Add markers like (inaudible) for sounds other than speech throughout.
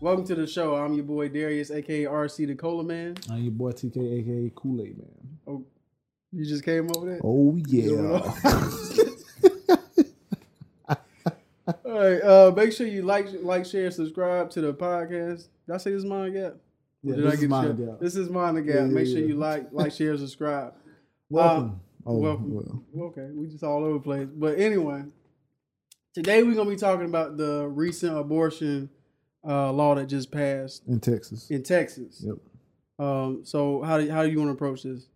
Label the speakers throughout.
Speaker 1: Welcome to the show. I'm your boy Darius, aka RC the Cola Man.
Speaker 2: I'm your boy TK, aka Kool Aid Man.
Speaker 1: Oh, you just came up with that?
Speaker 2: Oh Oh.
Speaker 1: All right. Uh, make sure you like, like, share, subscribe to the podcast. Did I say this is mine again?
Speaker 2: (laughs) Yeah,
Speaker 1: Did
Speaker 2: this
Speaker 1: I
Speaker 2: is
Speaker 1: get
Speaker 2: mine,
Speaker 1: you?
Speaker 2: yeah.
Speaker 1: This uh, is mine again.
Speaker 2: Yeah, yeah,
Speaker 1: Make sure
Speaker 2: yeah.
Speaker 1: you like, like, share, (laughs) subscribe.
Speaker 2: welcome. oh,
Speaker 1: welcome.
Speaker 2: well.
Speaker 1: Okay, we just all over the place. But anyway, today we're gonna be talking about the recent abortion uh, law that just passed
Speaker 2: in Texas.
Speaker 1: in Texas.
Speaker 2: Yep.
Speaker 1: Um, so how do how do you want to approach this,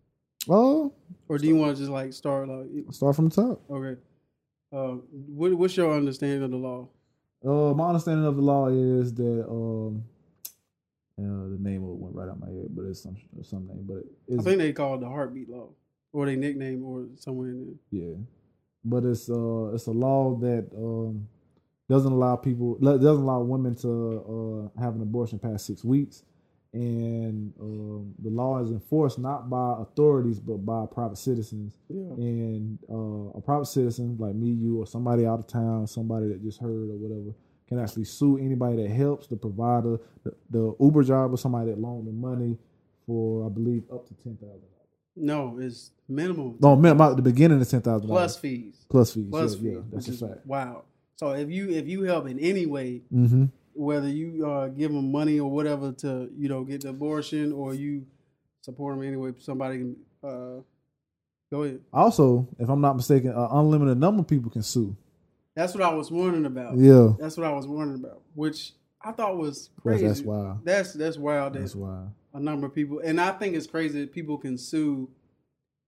Speaker 2: Oh,
Speaker 1: or do you want to just like start like
Speaker 2: start from the top.
Speaker 1: okay? Um, what, what's your understanding of the law?
Speaker 2: Uh, my understanding of the law is that um, uh, the name of it went right out my head, but it's some some name, but it's
Speaker 1: I think they call it the heartbeat law, or they nickname, or somewhere in
Speaker 2: Yeah, but it's uh it's a law that um doesn't allow people le- doesn't allow women to uh have an abortion past six weeks, and um, the law is enforced not by authorities but by private citizens.
Speaker 1: there. Yeah.
Speaker 2: And uh, a private citizen like me, you, or somebody out of town, somebody that just heard or whatever, can actually sue anybody that helps the provider, the, the Uber driver, somebody that loaned the money for I believe up to ten thousand.
Speaker 1: No, it's minimum
Speaker 2: No, man, at the beginning is ten thousand
Speaker 1: plus fees,
Speaker 2: Plus fees.
Speaker 1: plus
Speaker 2: yeah,
Speaker 1: fees,
Speaker 2: yeah,
Speaker 1: which
Speaker 2: that's a
Speaker 1: is
Speaker 2: fact.
Speaker 1: wow. So if you if you help in any way,
Speaker 2: Mm-hmm.
Speaker 1: whether you uh, give them money or whatever to you know get the abortion or you support them anyway somebody can uh, go ahead
Speaker 2: Also, if I'm not mistaken, an unlimited number of people can sue.
Speaker 1: that's what i was warning about
Speaker 2: Yeah,
Speaker 1: that's what i was warning about which i thought was
Speaker 2: that's,
Speaker 1: crazy
Speaker 2: that's wild.
Speaker 1: that's that's wild that
Speaker 2: That's wild.
Speaker 1: a number of people and i think it's crazy that people can sue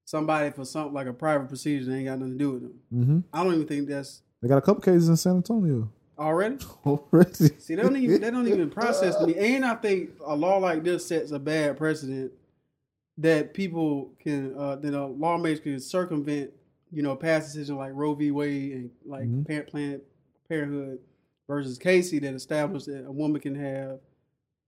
Speaker 1: somebody for something like a private procedure that ain't got nothing to do with them
Speaker 2: Mm-hmm.
Speaker 1: i don't even think that's
Speaker 2: They got a couple cases in San Antonio (laughs)
Speaker 1: already
Speaker 2: already.
Speaker 1: See, they don't even they don't even process me. And I think a law like this sets a bad precedent that people can uh that a lawmakers can circumvent, you know, past decisions like Roe v. Wade and like
Speaker 2: Mhm.
Speaker 1: Parent Planned Parenthood versus Casey that established that a woman can have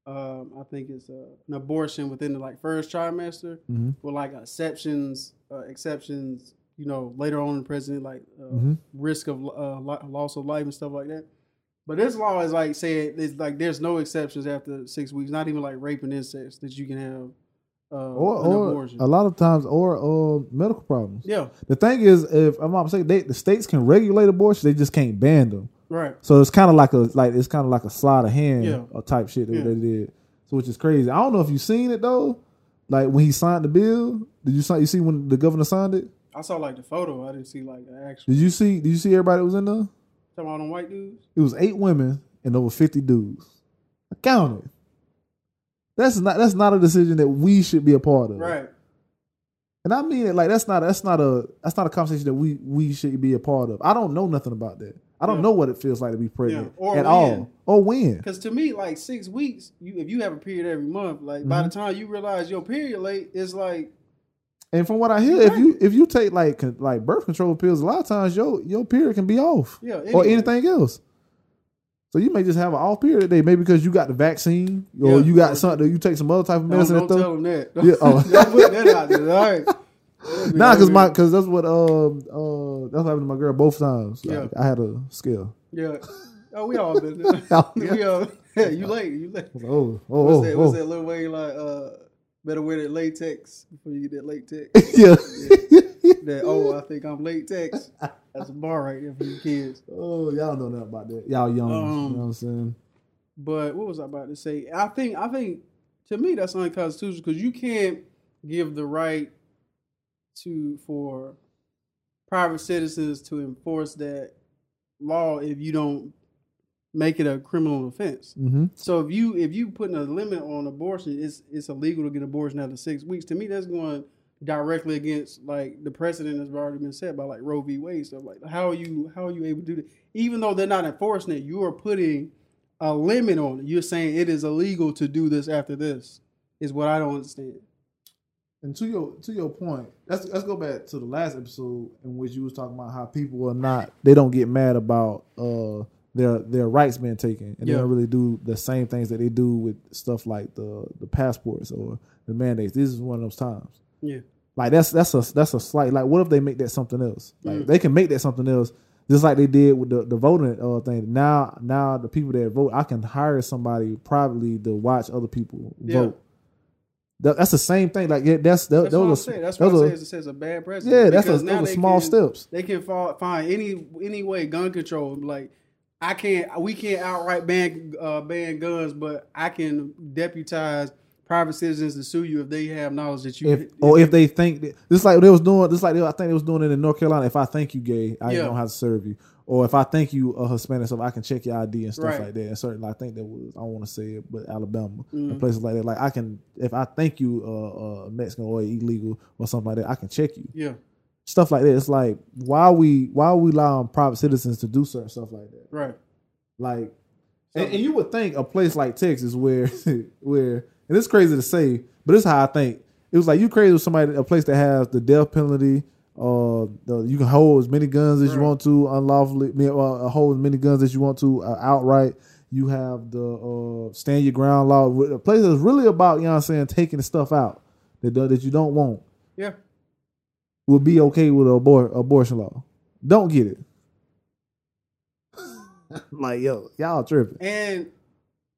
Speaker 1: um, I think it's uh, an abortion within the like first trimester
Speaker 2: Mm-hmm.
Speaker 1: with like exceptions, uh, exceptions, you know, later on in the president, like uh,
Speaker 2: Mhm.
Speaker 1: risk of uh, lo- loss of life and stuff like that. But this law is like saying it's like there's no exceptions after six weeks, not even like rape and incest that you can have uh,
Speaker 2: Or,
Speaker 1: an
Speaker 2: or
Speaker 1: abortion.
Speaker 2: a lot of times, or uh, medical problems.
Speaker 1: yeah,
Speaker 2: The thing is, if I'm not mistaken, they, the states can regulate abortion. They just can't ban them.
Speaker 1: right.
Speaker 2: So it's kind of like a like it's kind of like a sleight of hand
Speaker 1: Yeah.
Speaker 2: uh, type shit that
Speaker 1: Yeah.
Speaker 2: they did. So which is crazy. I don't know if you seen it though. Like when he signed the bill, did you sign? You see when the governor signed it?
Speaker 1: I saw like the photo. I didn't see like the actual.
Speaker 2: Did you see? Did you see everybody that was in there?
Speaker 1: Talking about them white dudes.
Speaker 2: It was eight women and over fifty dudes. I counted. That's not that's not a decision that we should be a part of.
Speaker 1: Right.
Speaker 2: And I mean it like that's not that's not a that's not a conversation that we we should be a part of. I don't know nothing about that. I don't
Speaker 1: Yeah.
Speaker 2: know what it feels like to be pregnant
Speaker 1: Yeah, or when.
Speaker 2: at all or when.
Speaker 1: Because to me, like six weeks, you if you have a period every month, like by
Speaker 2: Mm-hmm.
Speaker 1: the time you realize your period late, it's like
Speaker 2: And from what I hear, if you if you take like con- like birth control pills, a lot of times your your period can be off
Speaker 1: yeah.
Speaker 2: or
Speaker 1: anyway.
Speaker 2: anything else. So you may just have an off period today, maybe because you got the vaccine or
Speaker 1: Yeah.
Speaker 2: you got something, you take some other type
Speaker 1: Don't,
Speaker 2: of medicine.
Speaker 1: don't
Speaker 2: that
Speaker 1: tell them that.
Speaker 2: Yeah,
Speaker 1: (laughs)
Speaker 2: oh.
Speaker 1: don't put that out there. All right.
Speaker 2: (laughs) Nah, cause my cause that's what um uh that's what happened to my girl both times. Like,
Speaker 1: Yeah.
Speaker 2: I had a scale.
Speaker 1: yeah. Oh, we all been
Speaker 2: (laughs)
Speaker 1: there.
Speaker 2: I
Speaker 1: we all. (laughs) Yeah, you late. You late.
Speaker 2: was like, oh, oh,
Speaker 1: What's
Speaker 2: oh,
Speaker 1: that?
Speaker 2: oh.
Speaker 1: What's that little way like? Uh, better wear that latex before you get that
Speaker 2: (laughs)
Speaker 1: latex.
Speaker 2: (laughs) yeah.
Speaker 1: that oh, I think I'm latex. That's a bar right there for you kids.
Speaker 2: oh, y'all know nothing about that. Y'all young. you
Speaker 1: Um,
Speaker 2: know what I'm saying?
Speaker 1: But what was I about to say? I think I think to me that's unconstitutional because you can't give the right to for private citizens to enforce that law if you don't make it a criminal offense.
Speaker 2: Mm-hmm.
Speaker 1: So if you if you putting a limit on abortion, it's it's illegal to get abortion after six weeks. To me, that's going directly against like the precedent that's already been set by like Roe v. Wade stuff. Like how are you how are you able to do that? Even though they're not enforcing it, you are putting a limit on it. You're saying it is illegal to do this after this. Is what I don't understand.
Speaker 2: And to your to your point, let's let's go back to the last episode in which you was talking about how people are not they don't get mad about uh their their rights being taken and
Speaker 1: Yeah.
Speaker 2: they don't really do the same things that they do with stuff like the the passports or the mandates. This is one of those times.
Speaker 1: Yeah.
Speaker 2: Like that's that's a that's a slight like what if they make that something else? Like
Speaker 1: Mm.
Speaker 2: they can make that something else Just like they did with the, the voting uh, thing. Now now the people that vote, I can hire somebody privately to watch other people
Speaker 1: Yeah.
Speaker 2: vote. That, that's the same thing. Like yeah, that's that,
Speaker 1: That's what I'm
Speaker 2: those are
Speaker 1: saying. That's what
Speaker 2: those
Speaker 1: I
Speaker 2: are
Speaker 1: say. It says a bad precedent.
Speaker 2: yeah, that's a,
Speaker 1: because now
Speaker 2: those are
Speaker 1: they
Speaker 2: small
Speaker 1: can-
Speaker 2: steps.
Speaker 1: They can fall, find any any way gun control. Like I can't, we can't outright ban uh, ban guns, but I can deputize private citizens to sue you if they have knowledge that you.
Speaker 2: If or if they think that, this like they was doing this like they, I think they was doing it in North Carolina. If I think you gay, I
Speaker 1: Yeah.
Speaker 2: don't have to serve you. Or if I think you a Hispanic, so I can check your ID and stuff
Speaker 1: Right.
Speaker 2: like that. And certainly, I think that was I don't want to say it, but Alabama
Speaker 1: Mm.
Speaker 2: and places like that. Like I can, if I think you uh, uh Mexican or illegal or something like that, I can check you.
Speaker 1: yeah,
Speaker 2: Stuff like that. It's like why we why we allowing private citizens to do certain stuff like that.
Speaker 1: right.
Speaker 2: Like, and, and you would think a place like Texas, where (laughs) where and it's crazy to say, but it's how I think. It was like you crazy with somebody a place that has the death penalty. Uh, the, you can hold as many guns as you
Speaker 1: Right.
Speaker 2: want to unlawfully. I mean, Uh, hold as many guns as you want to uh, outright. You have the uh, stand your ground law. A place that's really about you know what I'm saying taking the stuff out that that you don't want
Speaker 1: Yeah,
Speaker 2: will be okay with an abor- abortion law. Don't get it. (laughs) like yo, y'all tripping.
Speaker 1: and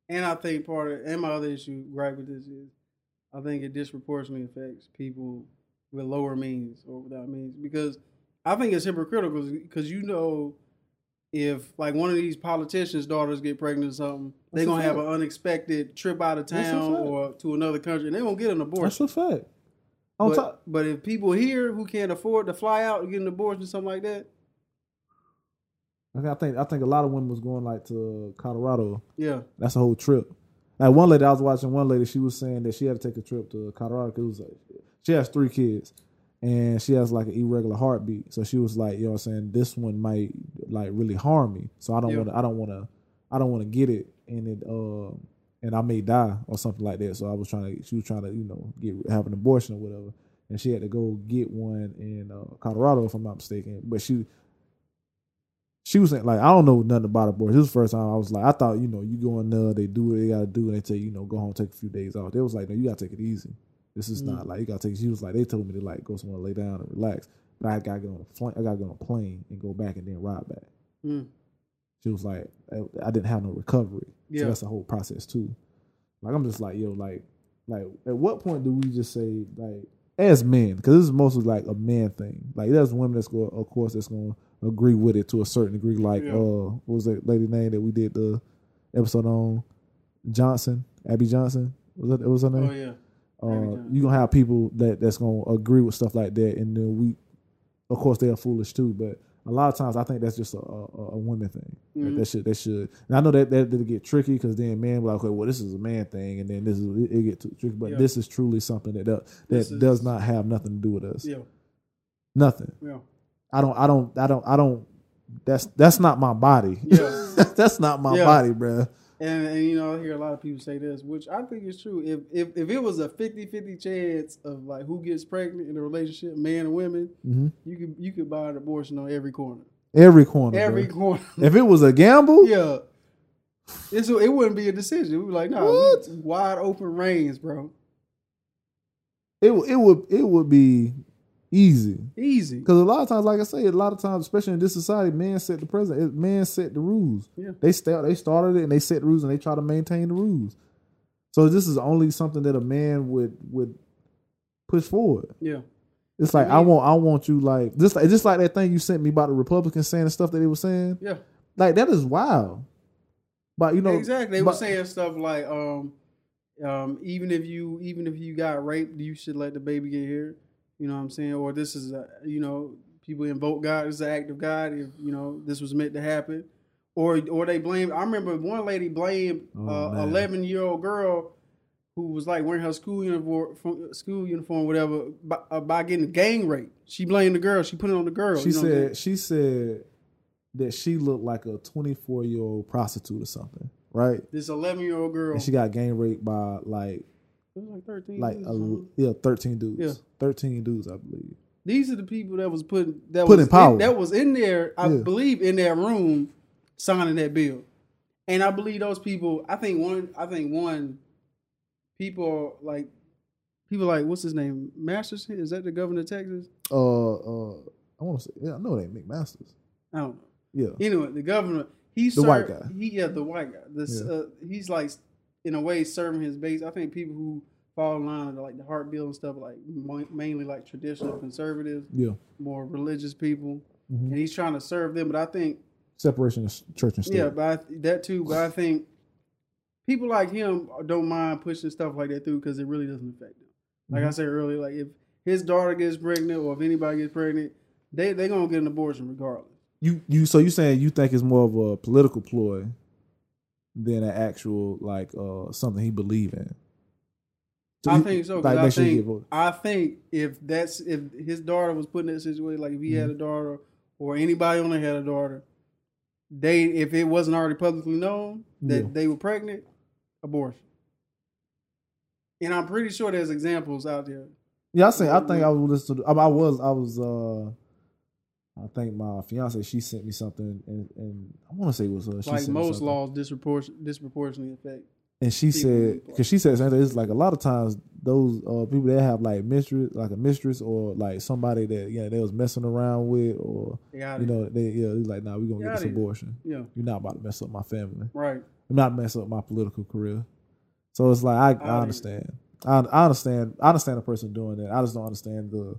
Speaker 1: and I think part of and my other issue right with this is I think it disproportionately affects people with lower means or without means because I think it's hypocritical because you know if like one of these politicians' daughters get pregnant or something,
Speaker 2: That's
Speaker 1: they're
Speaker 2: a
Speaker 1: gonna have an
Speaker 2: fact.
Speaker 1: unexpected trip out of
Speaker 2: That's a
Speaker 1: town
Speaker 2: fact.
Speaker 1: or to another country and they won't get an
Speaker 2: That's
Speaker 1: abortion.
Speaker 2: a fact. On
Speaker 1: But,
Speaker 2: top,
Speaker 1: but if people here who can't afford to fly out and get an abortion or something like that,
Speaker 2: I think- I think I think a lot of women was going like to Colorado.
Speaker 1: yeah,
Speaker 2: That's a whole trip. Like one lady I was watching, one lady she was saying that she had to take a trip to Colorado because she has three kids, and she has like an irregular heartbeat. So she was like, you know, what I'm saying this one might like really harm me. So I don't
Speaker 1: Yeah.
Speaker 2: want to. I don't want to. I don't want to get it, and it um and I may die or something like that. So I was trying to. She was trying to you know get have an abortion or whatever, and she had to go get one in uh, Colorado if I'm not mistaken. But she she was saying like I don't know nothing about abortion. This was the first time I was like I thought you know you go in there they do what they gotta do and they tell you you know go home take a few days off. They was like no you gotta take it easy. This is
Speaker 1: Mm.
Speaker 2: not like you gotta take. She was like they told me to like go somewhere lay down and relax, but I gotta get on a plane. I gotta get on a plane and go back and then ride back.
Speaker 1: Mm.
Speaker 2: She was like I, I didn't have no recovery.
Speaker 1: Yeah.
Speaker 2: So that's the whole process too. Like I'm just like yo like like at what point do we just say like as men because this is mostly like a man thing. Like there's women that's going of course that's going to agree with it to a certain degree. Like
Speaker 1: Yeah.
Speaker 2: uh what was that lady name that we did the episode on Johnson Abby Johnson was that what was her name?
Speaker 1: oh yeah, Abby
Speaker 2: uh,
Speaker 1: Johnson.
Speaker 2: you gonna have people that that's gonna agree with stuff like that, and then we, of course, they are foolish too. But a lot of times, I think that's just a, a, a women thing. Like,
Speaker 1: Mhm.
Speaker 2: that should that should, and I know that that did get tricky because then man, like, okay, well, this is a man thing, and then this is it, it get too tricky. But
Speaker 1: Yeah.
Speaker 2: this is truly something that does, that
Speaker 1: This is-
Speaker 2: does not have nothing to do with us.
Speaker 1: yeah,
Speaker 2: Nothing.
Speaker 1: yeah,
Speaker 2: I don't. I don't. I don't. I don't. That's that's not my body.
Speaker 1: yeah.
Speaker 2: (laughs) that's not my
Speaker 1: Yeah.
Speaker 2: body, bruh.
Speaker 1: And, and you know, I hear a lot of people say this, which I think is true. If if, if it was a 50-50 chance of like who gets pregnant in a relationship, man and women,
Speaker 2: Mhm.
Speaker 1: you could you could buy an abortion on every corner,
Speaker 2: Every corner.
Speaker 1: every
Speaker 2: bruh.
Speaker 1: corner. (laughs)
Speaker 2: If it was a gamble,
Speaker 1: yeah, it's it wouldn't be a decision. We were like, nah, we-
Speaker 2: What?
Speaker 1: wide open range, bro,
Speaker 2: it w- it would it would be easy.
Speaker 1: easy.
Speaker 2: Because a lot of times, like I say, a lot of times, especially in this society, men set the president. Men set the rules.
Speaker 1: Yeah.
Speaker 2: They start. They started it and they set the rules and they try to maintain the rules. So this is only something that a man would would push forward.
Speaker 1: Yeah,
Speaker 2: It's like I
Speaker 1: mean-
Speaker 2: want I want you like just like just like that thing you sent me about the Republicans saying the stuff that they were saying.
Speaker 1: yeah,
Speaker 2: Like that is wild. But you know
Speaker 1: exactly. They were
Speaker 2: but-
Speaker 1: saying stuff like, um, um, even if you even if you got raped, you should let the baby get here. You know what I'm saying? Or this is a, you know people invoke God. This is an act of God. If you know this was meant to happen, or or they blame. I remember one lady blamed
Speaker 2: Oh,
Speaker 1: uh,
Speaker 2: man.
Speaker 1: 11 year old girl who was like wearing her school uniform, school uniform, whatever, by, uh, by getting gang raped. She blamed the girl. She put it on the girl.
Speaker 2: she
Speaker 1: you know what I'm saying?
Speaker 2: said she said that she looked like a twenty four year old prostitute or something, right?
Speaker 1: this 11 year old girl.
Speaker 2: And she got gang raped by like
Speaker 1: it was like 13.
Speaker 2: like
Speaker 1: years
Speaker 2: a,
Speaker 1: or something.
Speaker 2: yeah, thirteen dudes.
Speaker 1: Mm-hmm. Yeah.
Speaker 2: Thirteen dudes, I believe.
Speaker 1: These are the people that was putting that
Speaker 2: Put
Speaker 1: was
Speaker 2: in power.
Speaker 1: in- that was in there, I
Speaker 2: Yeah.
Speaker 1: believe, in that room signing that bill. And I believe those people. I think one. I think one. People like people like what's his name Masterson. Is that the governor of Texas?
Speaker 2: Uh, uh, I want to say, yeah, I know they make masters.
Speaker 1: I don't know.
Speaker 2: Yeah.
Speaker 1: Anyway, the governor, he
Speaker 2: The
Speaker 1: served,
Speaker 2: white guy.
Speaker 1: He yeah, the white guy. This
Speaker 2: Yeah.
Speaker 1: uh, he's like in a way serving his base. I think people who fall in line with like the heart bill and stuff like mo- mainly like traditional conservatives,
Speaker 2: Yeah.
Speaker 1: more religious people,
Speaker 2: Mhm.
Speaker 1: and he's trying to serve them. But I think
Speaker 2: Separation of s- church and state.
Speaker 1: yeah, but I, th- that too. But I think people like him don't mind pushing stuff like that through because it really doesn't affect them. Like I said earlier, like if his daughter gets pregnant or if anybody gets pregnant, they they gonna get an abortion regardless.
Speaker 2: You you so you saying you think it's more of a political ploy than an actual like uh something he believe in.
Speaker 1: I
Speaker 2: you-
Speaker 1: think so. 'cause
Speaker 2: Like
Speaker 1: I
Speaker 2: that should get
Speaker 1: think
Speaker 2: voted.
Speaker 1: I think if that's if his daughter was put in that situation, like if he
Speaker 2: Mm-hmm.
Speaker 1: had a daughter or anybody on there had a daughter, they if it wasn't already publicly known that
Speaker 2: Yeah.
Speaker 1: they were pregnant, abortion. And I'm pretty sure there's examples out there.
Speaker 2: Yeah, I seen. I think I
Speaker 1: Mm-hmm.
Speaker 2: was listening. To, I, I was. I was. uh I think my fiance she sent me something, and, and I want to say it was her. She
Speaker 1: like
Speaker 2: sent me
Speaker 1: most
Speaker 2: something.
Speaker 1: laws disproportion disproportionately affect.
Speaker 2: and she
Speaker 1: people
Speaker 2: said
Speaker 1: who-
Speaker 2: because she said the same thing. It's like a lot of times those uh people that have like mistress, like a mistress, or like somebody that yeah they was messing around with, or
Speaker 1: They out
Speaker 2: you
Speaker 1: here.
Speaker 2: know they yeah it's like nah we gonna
Speaker 1: Yeah,
Speaker 2: get this
Speaker 1: they-
Speaker 2: abortion.
Speaker 1: Yeah,
Speaker 2: You're not about to mess up my family.
Speaker 1: right.
Speaker 2: I'm not messing up my political career. So it's like I,
Speaker 1: I
Speaker 2: I understand. I, I understand. I understand a person doing that. I just don't understand the.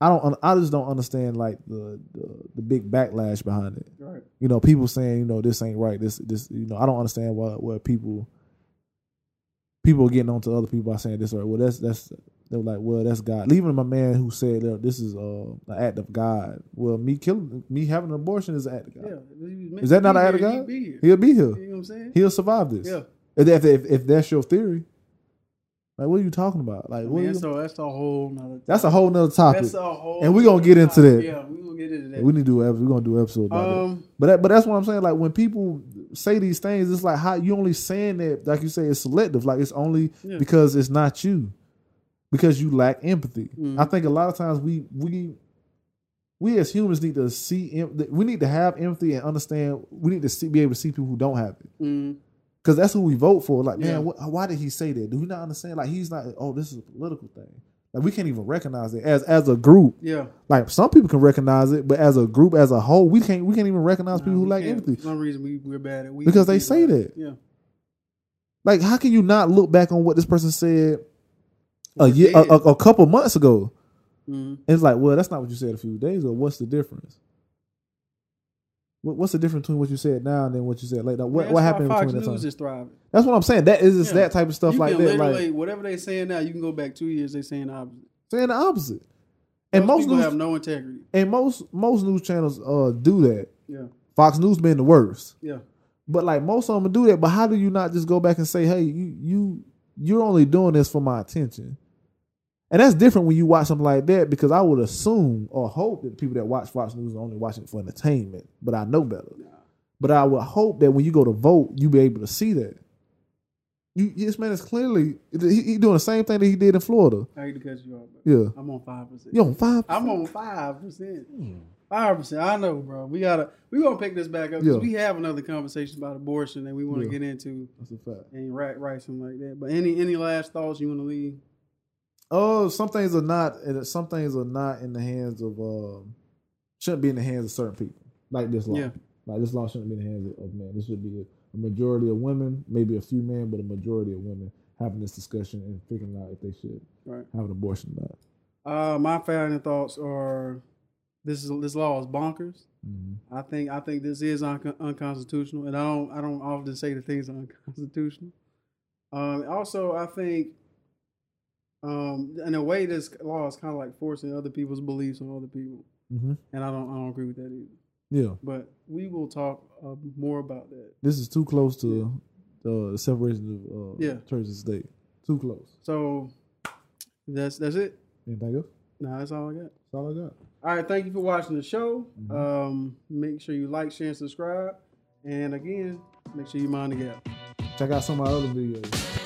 Speaker 2: I don't. un- I just don't understand like the the, the big backlash behind it.
Speaker 1: Right.
Speaker 2: You know, people saying you know this ain't right. This this you know I don't understand why why people people are getting onto other people by saying this or well that's that's they're like well that's God. Even my man who said "Look, this is uh, an act of God. Well, me killing me having an abortion is an act of God.
Speaker 1: Yeah.
Speaker 2: Is that not an act of
Speaker 1: guy?
Speaker 2: God?
Speaker 1: Be here.
Speaker 2: He'll be here.
Speaker 1: You know what I'm saying?
Speaker 2: He'll survive this.
Speaker 1: Yeah.
Speaker 2: If, if, if, if that's your theory, like what are you talking about? Like
Speaker 1: I
Speaker 2: what?
Speaker 1: mean,
Speaker 2: are you-
Speaker 1: that's, a, that's a whole nother.
Speaker 2: that's a whole nother topic.
Speaker 1: That's a whole.
Speaker 2: And we gonna get into that.
Speaker 1: Yeah, we gonna get into that.
Speaker 2: we need to do an- we gonna do an episode about that.
Speaker 1: um,
Speaker 2: But that, but that's what I'm saying. Like when people say these things, it's like how you only saying that, like you say, it's selective. Like it's only
Speaker 1: Yeah.
Speaker 2: because it's not you, because you lack empathy.
Speaker 1: Mhm.
Speaker 2: I think a lot of times we we we as humans need to see em- that we need to have empathy and understand. We need to see, be able to see people who don't have it.
Speaker 1: mm,
Speaker 2: Because that's who we vote for. Like,
Speaker 1: Yeah.
Speaker 2: man, what, why did he say that? Do we not understand? Like, he's not. Oh, this is a political thing. Like, we can't even recognize it as as a group.
Speaker 1: yeah.
Speaker 2: Like, some people can recognize it, but as a group, as a whole, we can't. We can't even recognize
Speaker 1: Nah,
Speaker 2: people who
Speaker 1: we
Speaker 2: lack
Speaker 1: can't.
Speaker 2: empathy.
Speaker 1: For some reason, we we're bad at we
Speaker 2: Because they
Speaker 1: we
Speaker 2: say
Speaker 1: bad.
Speaker 2: that.
Speaker 1: Yeah.
Speaker 2: Like, how can you not look back on what this person said a
Speaker 1: Or
Speaker 2: year, a,
Speaker 1: did.
Speaker 2: a, a couple months ago?
Speaker 1: Mm,
Speaker 2: And it's like, well, that's not what you said a few days ago. What's the difference? What, what's the difference between what you said now and then what you said later? What,
Speaker 1: That's
Speaker 2: what
Speaker 1: why
Speaker 2: happened
Speaker 1: Fox
Speaker 2: between that
Speaker 1: News
Speaker 2: time?
Speaker 1: is thriving.
Speaker 2: That's what I'm saying. That is just
Speaker 1: Yeah.
Speaker 2: that type of stuff
Speaker 1: you
Speaker 2: like
Speaker 1: can
Speaker 2: that. Like
Speaker 1: literally whatever they saying now, you can go back two years. They saying the opposite.
Speaker 2: saying the opposite. And
Speaker 1: Those
Speaker 2: most
Speaker 1: people
Speaker 2: news
Speaker 1: have no integrity.
Speaker 2: and most most news channels uh do that.
Speaker 1: Yeah.
Speaker 2: Fox News been the worst,
Speaker 1: Yeah.
Speaker 2: but like most of them do that. But how do you not just go back and say, hey, you you you're only doing this for my attention? And that's different when you watch something like that because I would assume or hope that people that watch Fox News are only watching it for entertainment. But I know better. But I would hope that when you go to vote, you be able to see that. You, this man is clearly he, he doing the same thing that he did in Florida.
Speaker 1: I hate to cut you off. Bro.
Speaker 2: Yeah,
Speaker 1: I'm on five percent.
Speaker 2: you on five.
Speaker 1: I'm on five percent.
Speaker 2: Mm.
Speaker 1: Five percent. I know, bro. We gotta. We gonna pick this back up because
Speaker 2: Yeah.
Speaker 1: we have another conversation about abortion that we want to
Speaker 2: Yeah.
Speaker 1: get into
Speaker 2: That's a fact.
Speaker 1: and right, right, something like that. But any any last thoughts you want to leave?
Speaker 2: Oh, some things are not. and Some things are not in the hands of. Um, shouldn't be in the hands of certain people. Like this law.
Speaker 1: Yeah.
Speaker 2: Like this law shouldn't be in the hands of, of men. This should be a, a majority of women, maybe a few men, but a majority of women having this discussion and figuring out if they should
Speaker 1: Right.
Speaker 2: have an abortion or not.
Speaker 1: Uh, my final thoughts are: this is this law is bonkers.
Speaker 2: Mhm.
Speaker 1: I think I think this is un- unconstitutional, and I don't I don't often say the things are (laughs) unconstitutional. Um, also, I think, um, in a way, this law is kind of like forcing other people's beliefs on other people,
Speaker 2: Mhm.
Speaker 1: and I don't I don't agree with that either.
Speaker 2: Yeah.
Speaker 1: But we will talk uh, more about that.
Speaker 2: This is too close to uh, the separation of uh,
Speaker 1: Yeah.
Speaker 2: church and state. Too close.
Speaker 1: So that's that's it.
Speaker 2: Anything else?
Speaker 1: Now that's all I got.
Speaker 2: That's all I got.
Speaker 1: All right, thank you for watching the show.
Speaker 2: Mhm.
Speaker 1: Um, make sure you like, share, and subscribe. And again, make sure you mind the gap.
Speaker 2: Check out some of my other videos.